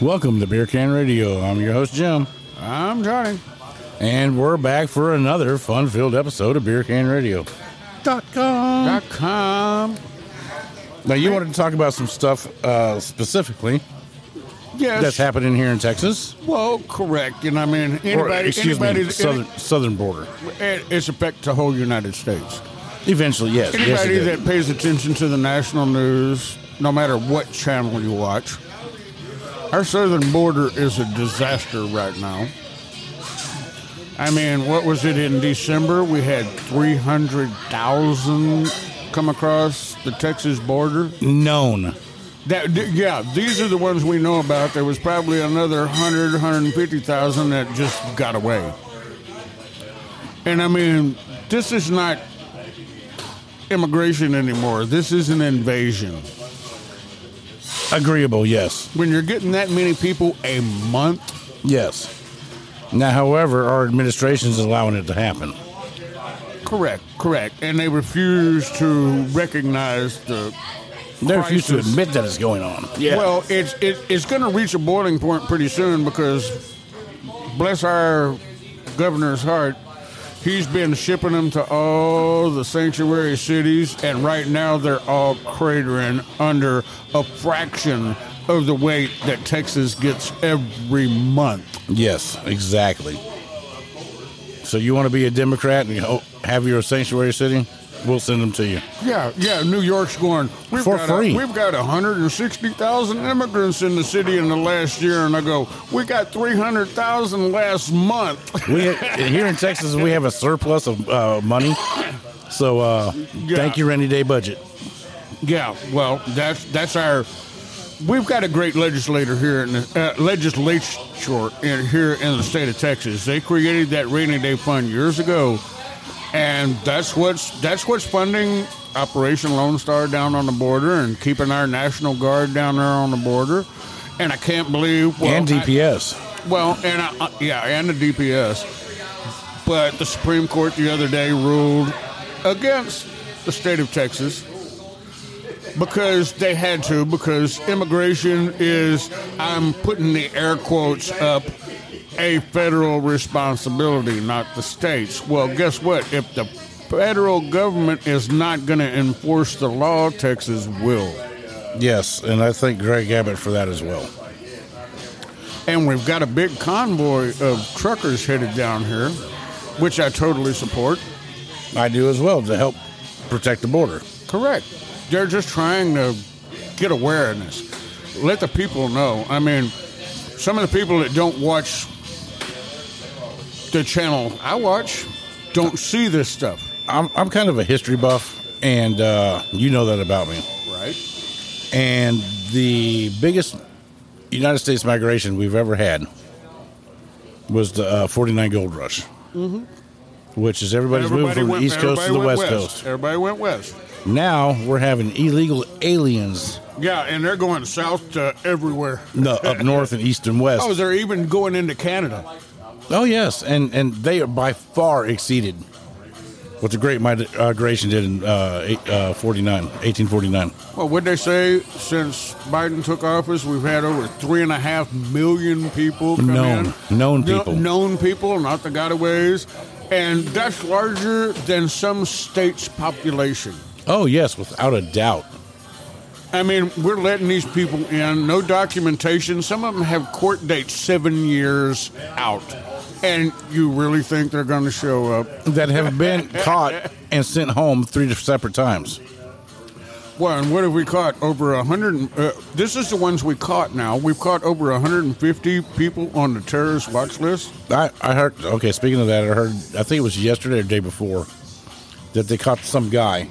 Welcome to Beer Can Radio. I'm your host, Jim. I'm Johnny. And we're back for another fun filled episode of Beer Can Radio. Dot com. Dot com. Now, you wanted to talk about some stuff uh, specifically Yes. that's happening here in Texas. well, correct. And I mean, Or, anybody, excuse me, anybody, southern, southern border. it, it's affect the whole United States. Eventually, yes. yes, it Anybody did. that pays attention to the national news, no matter what channel you watch, our southern border is a disaster right now. I mean, what was it in December? We had 300,000 come across the Texas border. known. That, d- yeah, these are the ones we know about. There was probably another 100, 150,000 that just got away. And I mean, this is not immigration anymore. This is an invasion. Agreeable, yes. When you're getting that many people a month, Yes. Now, however, our administration's allowing it to happen. correct, correct. And they refuse to recognize the. They refuse to Crisis. admit that it's going on. Yeah. Well, it's it, it's going to reach a boiling point pretty soon because, bless our governor's heart, he's been shipping them to all the sanctuary cities, and right now they're all cratering under a fraction of the weight that Texas gets every month. yes, exactly. So you want to be a Democrat and you ho- have your sanctuary city? We'll send them to you. Yeah, yeah. New York's going. We've For got free. A, we've got 160,000 immigrants in the city in the last year, and I go, we got 300,000 last month. We here in Texas we have a surplus of uh, money, so uh, Yeah. thank you rainy day budget. Yeah, well, that's that's our. We've got a great legislator here in the uh, legislature in, here in the state of Texas. They created that rainy day fund years ago, and that's what's that's what's funding Operation Lone Star down on the border and keeping our National Guard down there on the border. And I can't believe well, and I- DPS. well, and I, uh, yeah, and the DPS. But the Supreme Court the other day ruled against the state of Texas because they had to because immigration is I'm putting the air quotes up a federal responsibility, not the states. Well, guess what? If the federal government is not going to enforce the law, Texas will. yes, and I thank Greg Abbott for that as well. And we've got a big convoy of truckers headed down here, which I totally support. I do as well to help protect the border. Correct. They're just trying to get awareness, let the people know. I mean, some of the people that don't watch the channel I watch don't see this stuff. I'm I'm kind of a history buff, and uh, you know that about me. Right. And the biggest United States migration we've ever had was the uh, 49 Gold Rush, mm-hmm. which is everybody's moved from the East Coast to the everybody West went Coast. Everybody went west. Now we're having illegal aliens Yeah, and they're going south to everywhere. no, up north and east and west. Oh, they're even going into Canada. Oh yes, and and they are by far exceeded what the Great Migration did in uh, eight, uh, 49, 1849. Well, would they say since Biden took office, we've had over three and a half million people come Known- in? known Kno- people. known people, not the gotaways, and that's larger than some states' population. Oh yes, without a doubt. I mean, we're letting these people in, no documentation. Some of them have court dates seven years out, and you really think they're going to show up? That have been caught and sent home three separate times. Well, and what have we caught? Over a hundred. and- Uh, this is the ones we caught. Now we've caught over 150 people on the terrorist watch list. I, I heard. Okay, speaking of that, I heard. I think it was yesterday or day before that they caught some guy,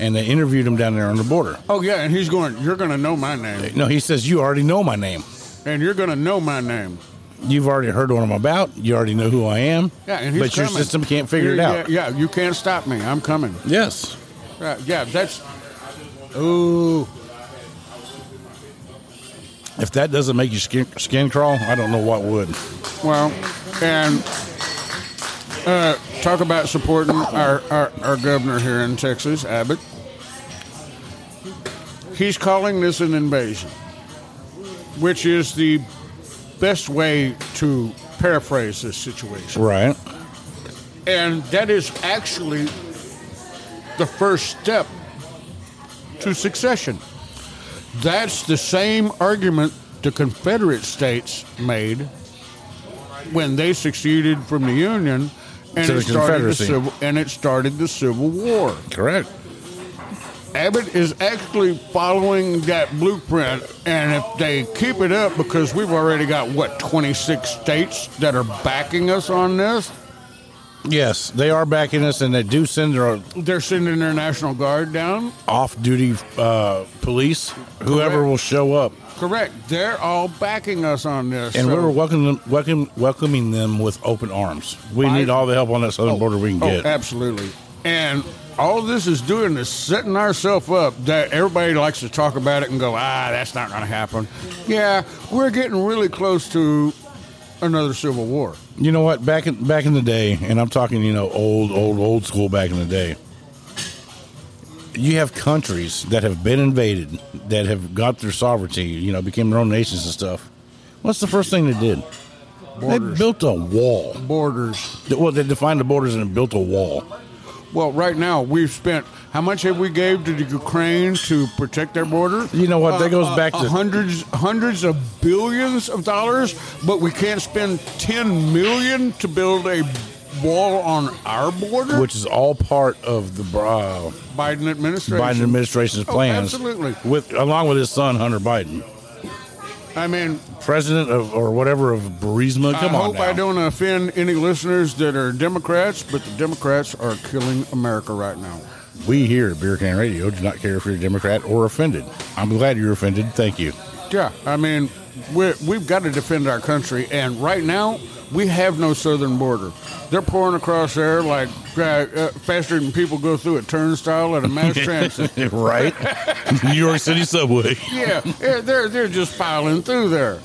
and they interviewed him down there on the border. Oh yeah, and he's going. You're going to know my name, No, he says you already know my name. and you're going to know my name. You've already heard what I'm about. You already know who I am. Yeah, and he's but your coming. system can't figure it Yeah, out. Yeah, yeah, you can't stop me. I'm coming. Yes. Right, yeah, that's. Ooh, If that doesn't make you skin, skin crawl, I don't know what would. well, and uh, talk about supporting our, our our governor here in Texas, Abbott. He's calling this an invasion. which is the best way to paraphrase this situation. Right. And that is actually the first step to succession. That's the same argument the Confederate states made when they seceded from the Union and To the it started the Confederacy. civil and it started the Civil War. Correct. Abbott is actually following that blueprint, and if they keep it up, because we've already got what 26 states that are backing us on this, Yes, they are backing us, and they do send their they're sending their National Guard down. off-duty uh, police, whoever Correct. will show up, Correct, they're all backing us on this, and so- we were welcoming them, welcome, welcoming them with open arms. We I- need all the help on that southern border we can Oh, get. absolutely. And all this is doing is setting ourselves up that everybody likes to talk about it and go, ah, that's not going to happen. Yeah, we're getting really close to another civil war. You know what? Back in back in the day, and I'm talking, you know, old, old, old school. Back in the day, you have countries that have been invaded, that have got their sovereignty, you know, became their own nations and stuff. What's the first thing they did? They Borders. built a wall. Borders. Well, they defined the borders and built a wall. Well, right now we've spent how much have we gave to the Ukraine to protect their border? Uh, You know what? That goes back to- hundreds, hundreds of billions of dollars, but we can't spend ten million to build a wall on our border. which is all part of the uh, Biden administration. Biden administration's Oh, plans. absolutely. With along with his son Hunter Biden, I mean, president of or whatever of Burisma. Come I on hope now. I don't offend any listeners that are Democrats, but the Democrats are killing America right now. We here at Beer Can Radio do not care if you're a Democrat or offended. I'm glad you're offended. Thank you. Yeah, I mean, we're, we've got to defend our country, and right now we have no southern border. They're pouring across there like uh, uh, faster than people go through a turnstile at a mass transit. right? New York City subway. Yeah, yeah, they're they're just piling through there.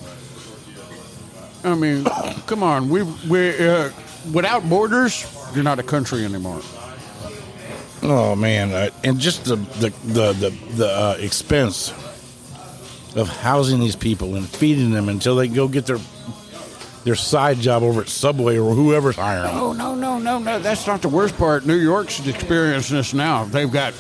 I mean, come on, we we uh, without borders, you're not a country anymore. Oh man, uh, and just the the the the, the uh, expense of housing these people and feeding them until they go get their their side job over at Subway or whoever's hiring them. Oh no no no no! That's not the worst part. New York's experiencing this now. They've got,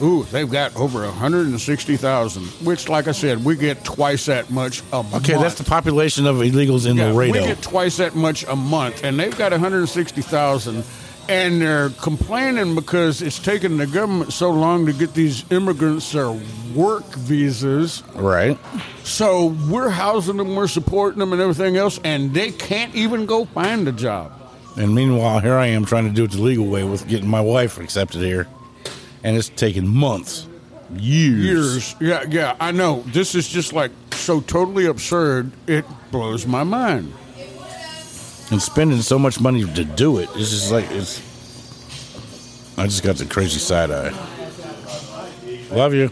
ooh, they've got over hundred and sixty thousand. Which, like I said, we get twice that much a month. Okay, that's the population of illegals in yeah, we Laredo. get twice that much a month, and they've got one hundred and sixty thousand, and they're complaining because it's taken the government so long to get these immigrants their work visas. right. So we're housing them, we're supporting them, and everything else, and they can't even go find a job. And meanwhile, here I am trying to do it the legal way with getting my wife accepted here. And it's taken months, years. years. Yeah, yeah, I know. This is just like so totally absurd. It blows my mind. And spending so much money to do it. It's just like, it's. I just got the crazy side eye. Love you.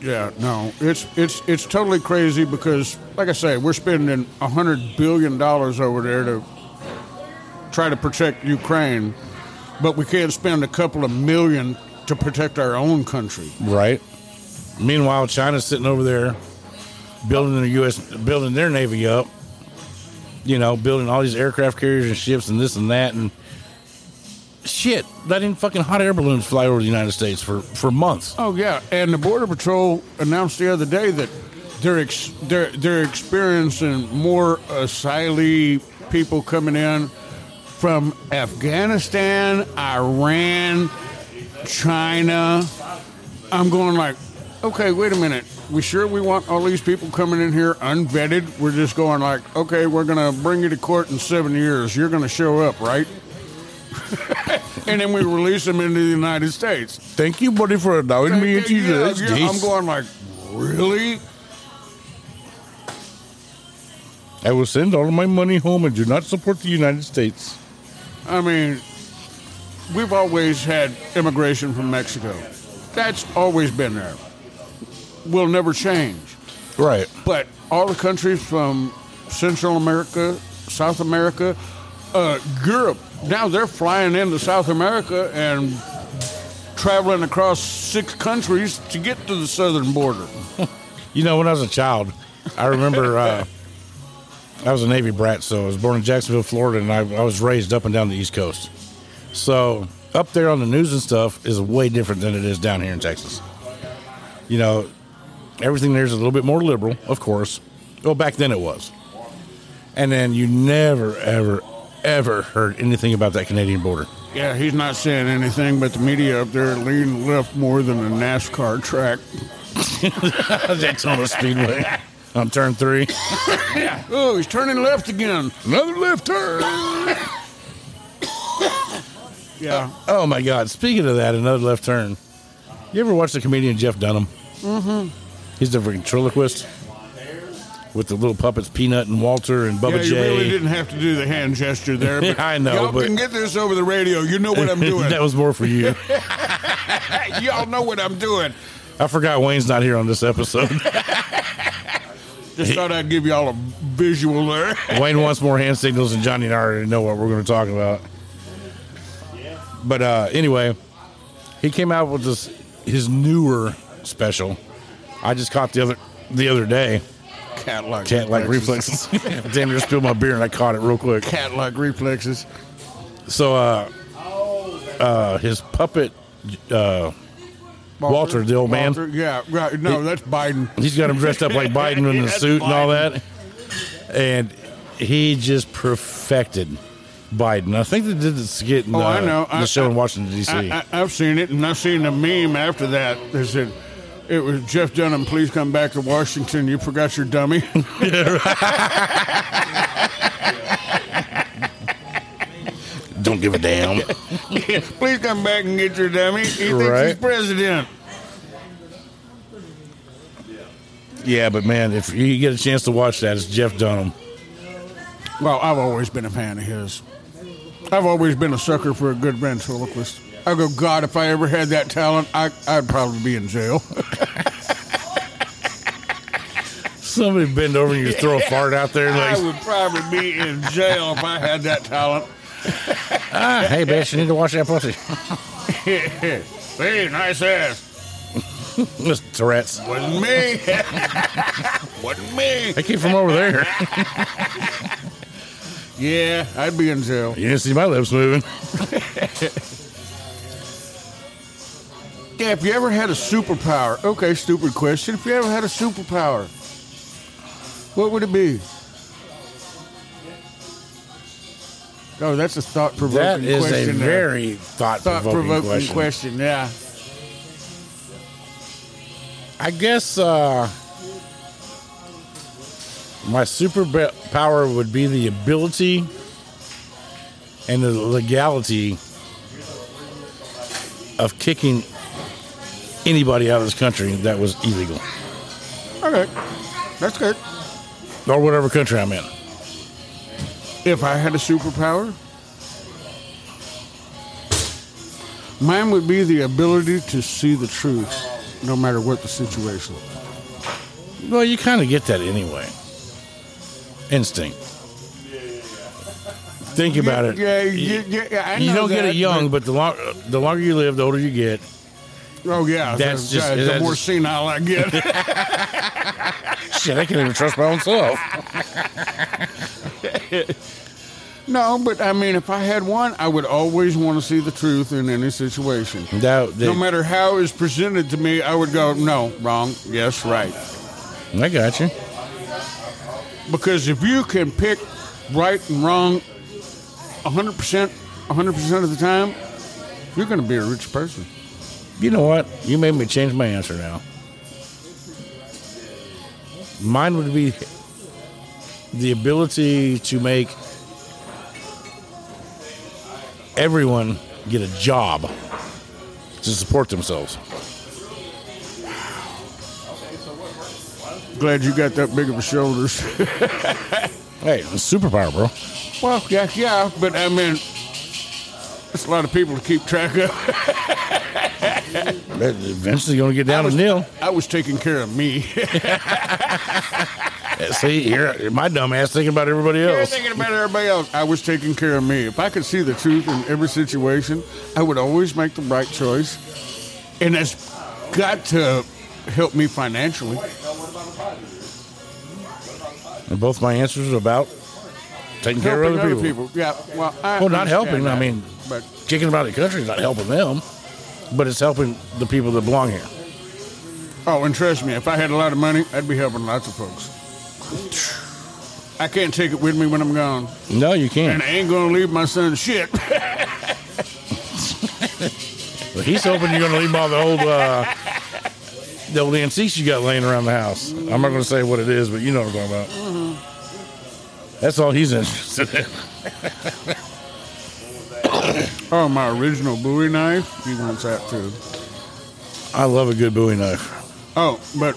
Yeah, no, it's it's it's totally crazy because, like I say, we're spending a hundred billion dollars over there to try to protect Ukraine, but we can't spend a couple of million to protect our own country. Right. Meanwhile, China's sitting over there building the U.S., building their Navy up, you know, building all these aircraft carriers and ships and this and that. And shit, letting fucking hot air balloons fly over the United States for, for months. Oh yeah, and the border patrol announced the other day that they're ex- they're they're experiencing more asylee people coming in from Afghanistan, Iran, China. I'm going like, okay, wait a minute. We sure we want all these people coming in here unvetted? We're just going like, okay, we're gonna bring you to court in seven years. You're gonna show up, right? and then we release them into the United States. Thank you, buddy, for allowing Yeah, yeah, yeah, I'm going like, really? I will send all of my money home and do not support the United States. I mean, we've always had immigration from Mexico. That's always been there. Will never change. Right. But all the countries from Central America, South America, uh, Europe, now they're flying into South America and traveling across six countries to get to the southern border. You know, when I was a child, I remember uh, I was a Navy brat, so I was born in Jacksonville, Florida, and I, I was raised up and down the East Coast. So up there on the news and stuff is way different than it is down here in Texas. You know, everything there's a little bit more liberal, of course. Well, back then it was. And then you never, ever, ever heard anything about that Canadian border. Yeah, he's not saying anything, but the media up there lean left more than a NASCAR track. Daytona Speedway on turn three. Oh, he's turning left again. Another left turn. Yeah. Oh my God! Speaking of that, another left turn. You ever watch the comedian Jeff Dunham? Mm-hmm. He's the ventriloquist with the little puppets Peanut and Walter and Bubba yeah, you J. really didn't have to do the hand gesture there. But Yeah, I know, Y'all but- can get this over the radio. You know what I'm doing. that was more for you. Y'all know what I'm doing. I forgot Wayne's not here on this episode. Just thought I'd give y'all a visual there. Wayne wants more hand signals, and Johnny and I already know what we're going to talk about. But uh, anyway, he came out with this his newer special. I just caught the other the other day. Cat like Cat like reflexes. Damn near spilled my beer, and I caught it real quick. Cat like reflexes. So, uh, uh, his puppet, uh, Walter, the old man. Walter, yeah, right. No, that's Biden. he's got him dressed up like Biden in the That's suit and all that, and he just perfected Biden. I think they did this skit in Oh, the, I know. in the I- show in I- Washington D.C. I, I, I've seen it, and I've seen the meme after that. They said, "It was Jeff Dunham. Please come back to Washington. You forgot your dummy." Don't give a damn. Please come back and get your dummy. He thinks he's Right. president. yeah, but man, if you get a chance to watch that, it's Jeff Dunham. Well, I've always been a fan of his. I've always been a sucker for a good ventriloquist. I go, God, if I ever had that talent, I, I'd probably be in jail. Somebody bend over and you throw a fart out there. I Like, would probably be in jail if I had that talent. ah, hey, bitch, you need to watch that pussy. hey, nice ass. Listen, Tourette's. Wasn't me. Wasn't me. I came from over there. Yeah, I'd be in jail. You didn't see my lips moving. Yeah, if you ever had a superpower, okay, stupid question. If you ever had a superpower, what would it be? Oh, that's a thought provoking That question. is a there. very thought thought provoking provoking question. question. Yeah. I guess uh, my superpower would be the ability and the legality of kicking anybody out of this country that was illegal Okay, that's good. or whatever country I'm in. If I had a superpower, mine would be the ability to see the truth, no matter what the situation. Well, you kind of get that anyway. Instinct. Think about it. Yeah, yeah, yeah, yeah I know You don't get that, it young, but the, long, the longer you live, the older you get. but- Oh yeah, That's the, just- the that's more just- senile I get. Shit, I can't even trust my own self. No, but I mean, if I had one, I would always want to see the truth in any situation. That, No matter how it's presented to me, I would go, no, wrong, yes, right. I got you. Because if you can pick right and wrong 100%, 100% of the time, you're going to be a rich person. You know what? You made me change my answer now. Mine would be the ability to make everyone get a job to support themselves. Glad you got that big of a shoulders. Hey, it's superpower, bro. well, yeah, yeah, but I mean, that's a lot of people to keep track of. Eventually, you're gonna get down to nil. I was taking care of me. See, here, my dumb ass thinking about everybody You're else. thinking about everybody else. I was taking care of me. If I could see the truth in every situation, I would always make the right choice. And that's got to help me financially. And both my answers are about taking care of Helping other people. Yeah. Well, I Well, not understand helping, I that, mean- but Kicking them out of the country is not helping them, but it's helping the people that belong here. oh, and trust me, if I had a lot of money, I'd be helping lots of folks. I can't take it with me when I'm gone, No, you can't. and I ain't gonna leave my son shit. But he's hoping you're going to leave all the old uh, the old antiques you got laying around the house. I'm not going to say what it is, but you know what I'm talking about. Mm-hmm. That's all he's interested in. oh, my original Bowie knife. He wants that too. I love a good Bowie knife. Oh, but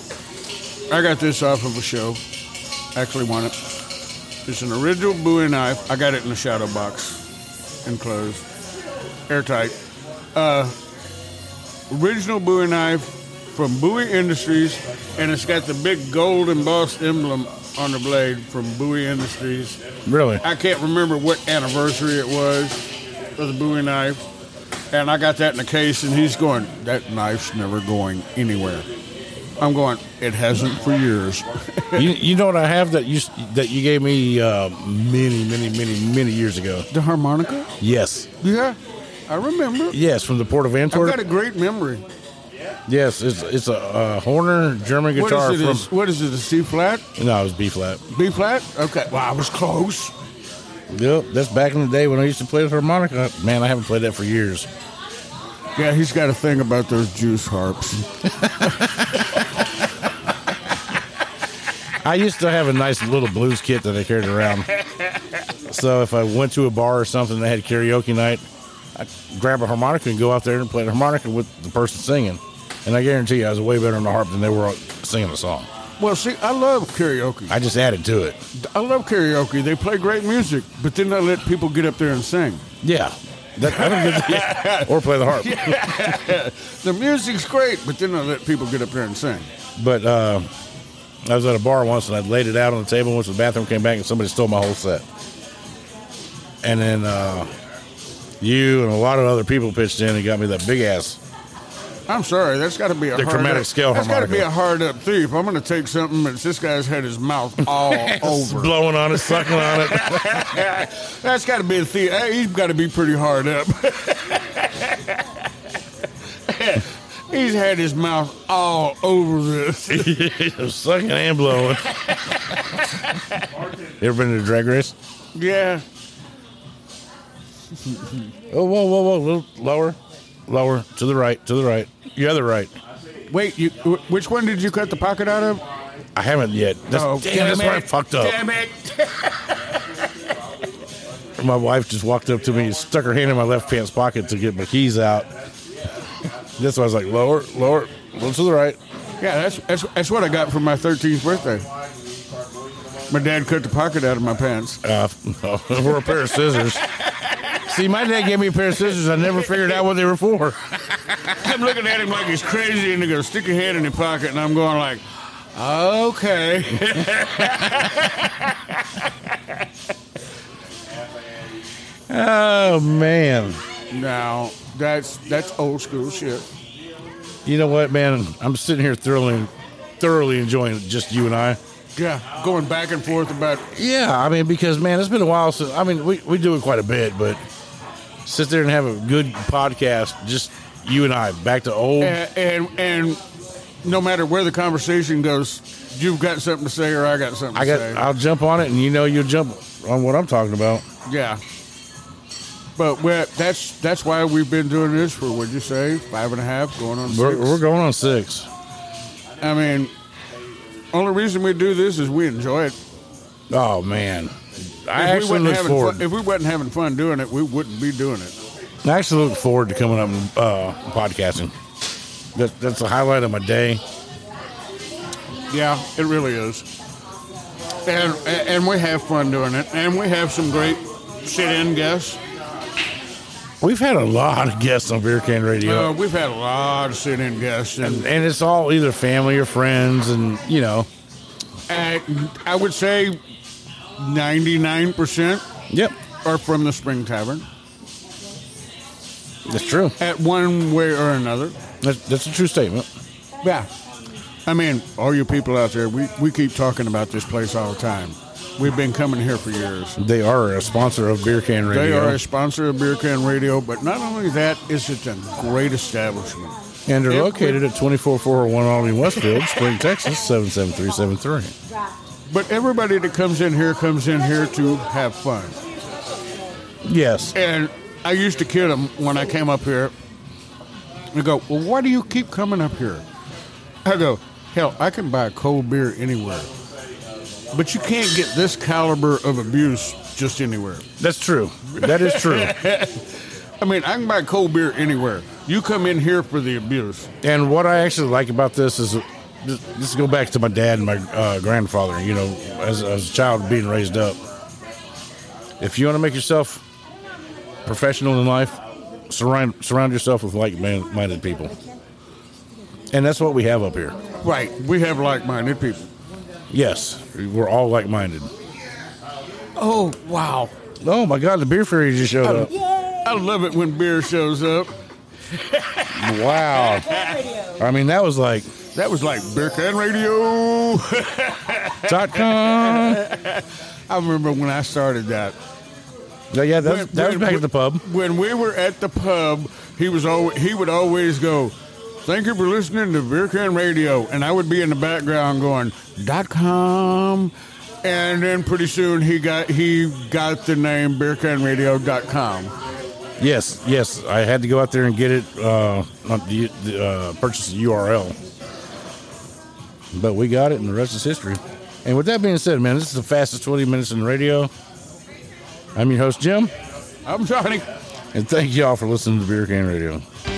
I got this off of a show. Actually, won it. It's an original Bowie knife. I got it in a shadow box, enclosed, airtight. Uh, original Bowie knife from Bowie Industries, and it's got the big gold embossed emblem on the blade from Bowie Industries. Really? I can't remember what anniversary it was of the Bowie knife, and I got that in a case, and he's going, "That knife's never going anywhere." I'm going, "It hasn't for years." you, you know what I have that you s- that you gave me uh, many, many, many, many years ago? the harmonica? Yes. Yeah, I remember. Yes, from the port of I've got Antwerp. a great memory. yes, it's it's a uh, Horner German What guitar is it? from. Is- what is it? A C flat? No, it was B flat. B flat? Okay. Well, I was close. Yep, that's back in the day when I used to play the harmonica. Man, I haven't played that for years. Yeah, he's got a thing about those juice harps. I used to have a nice little blues kit that I carried around. so if I went to a bar or something that had karaoke night, I'd grab a harmonica and go out there and play the harmonica with the person singing. And I guarantee you, I was way better on the harp than they were singing the song. Well, see, I love karaoke. I just added to it. I love karaoke. They play great music, but then I let people get up there and sing. Yeah. That, I don't get yeah. Or play the harp. The music's great, but then I let people get up there and sing. But uh, I was at a bar once and I laid it out on the table. Went to the bathroom, came back, and somebody stole my whole set. And then uh, you and a lot of other people pitched in and got me that big ass I'm sorry, that's got to be a The hard chromatic up, scale That's got to be harmonica. a hard up thief. I'm going to take something that's this guy's had his mouth all over. blowing on it, sucking on it. that's got to be a thief. Hey, He's got to be pretty hard up. he's had his mouth all over this. sucking and blowing. you ever been to a drag race? yeah. Oh, whoa, whoa, whoa. A little lower, lower, to the right, to the right. The other right. Wait, you wh- which one did you cut the pocket out of? I haven't yet. That's, Oh, damn, that's where I fucked up. Damn it! My wife just walked up to me and stuck her hand in my left pants pocket to get my keys out. That's why I was like, lower, lower, a little to the right. Yeah, that's, that's that's what I got for my 13th birthday. My dad cut the pocket out of my pants. Uh, or a pair of scissors. See, my dad gave me a pair of scissors. I never figured out what they were for. I'm looking at him like he's crazy, and he goes, "Stick your hand in your pocket," and I'm going like, "Okay." Oh, man. now that's that's old school shit. You know what, man? I'm sitting here thoroughly, thoroughly enjoying just you and I. Yeah, going back and forth about Yeah, I mean, because man, it's been a while since. I mean, we we do it quite a bit, but sit there and have a good podcast, just you and I, back to old. and and, and no matter where the conversation goes, you've got something to say or I got something I to got. say. I'll jump on it, and you know, you'll jump on what I'm talking about. yeah. But we're, that's that's why we've been doing this for what'd you say five and a half going on 6 We're, we're going on six. I mean, only reason we do this is we enjoy it. Oh man, I if, we actually wasn't look having forward. fun, if we wasn't having fun doing it, we wouldn't be doing it. I actually look forward to coming up and uh, podcasting. That, that's the highlight of my day. Yeah, it really is. And and we have fun doing it, and we have some great sit-in guests. We've had a lot of guests on Beer Can Radio. Uh, we've had a lot of sit-in guests, and and it's all either family or friends, and you know, uh, I would say ninety-nine percent yep, are from the Spring Tavern that's true. at one way or another. That's, that's a true statement. Yeah. I mean, all you people out there, we, we keep talking about this place all the time. We've been coming here for years. They are a sponsor of Beer Can Radio. They are a sponsor of Beer Can Radio, but not only that, is it a great establishment. and they're If we- located at 24401 Albany Westfield, Spring, Texas, 77373. But everybody that comes in here comes in here to have fun. Yes. And I used to kid them when I came up here. They go, Well, why do you keep coming up here? I go, Hell, I can buy a cold beer anywhere. But you can't get this caliber of abuse just anywhere. That's true. That is true. I mean, I can buy cold beer anywhere. You come in here for the abuse. And what I actually like about this is, just, just go back to my dad and my uh, grandfather. You know, as, as a child being raised up, if you want to make yourself professional in life, surround surround yourself with like-minded people, and that's what we have up here. Right. We have like minded people. Yes, we're all like-minded. Oh, wow. Oh my God, the beer fairy just showed up! I love it when beer shows up. Wow, I mean that was like That was like Beer Can Radio. dot com. I remember when I started that. Yeah, yeah, that was, When- that was when- back at the pub. When we were at the pub, he was always, he would always go, "Thank you for listening to Beer Can Radio," and I would be in the background going dot com, and then pretty soon he got he got the name beercanradio.com. Yes, yes. I had to go out there and get it, uh, not the, the, uh, purchase the URL. But we got it, and the rest is history. And with that being said, man, this is the fastest 20 minutes in radio. I'm your host, Jim, I'm sorry. and thank y'all for listening to Beer Can Radio.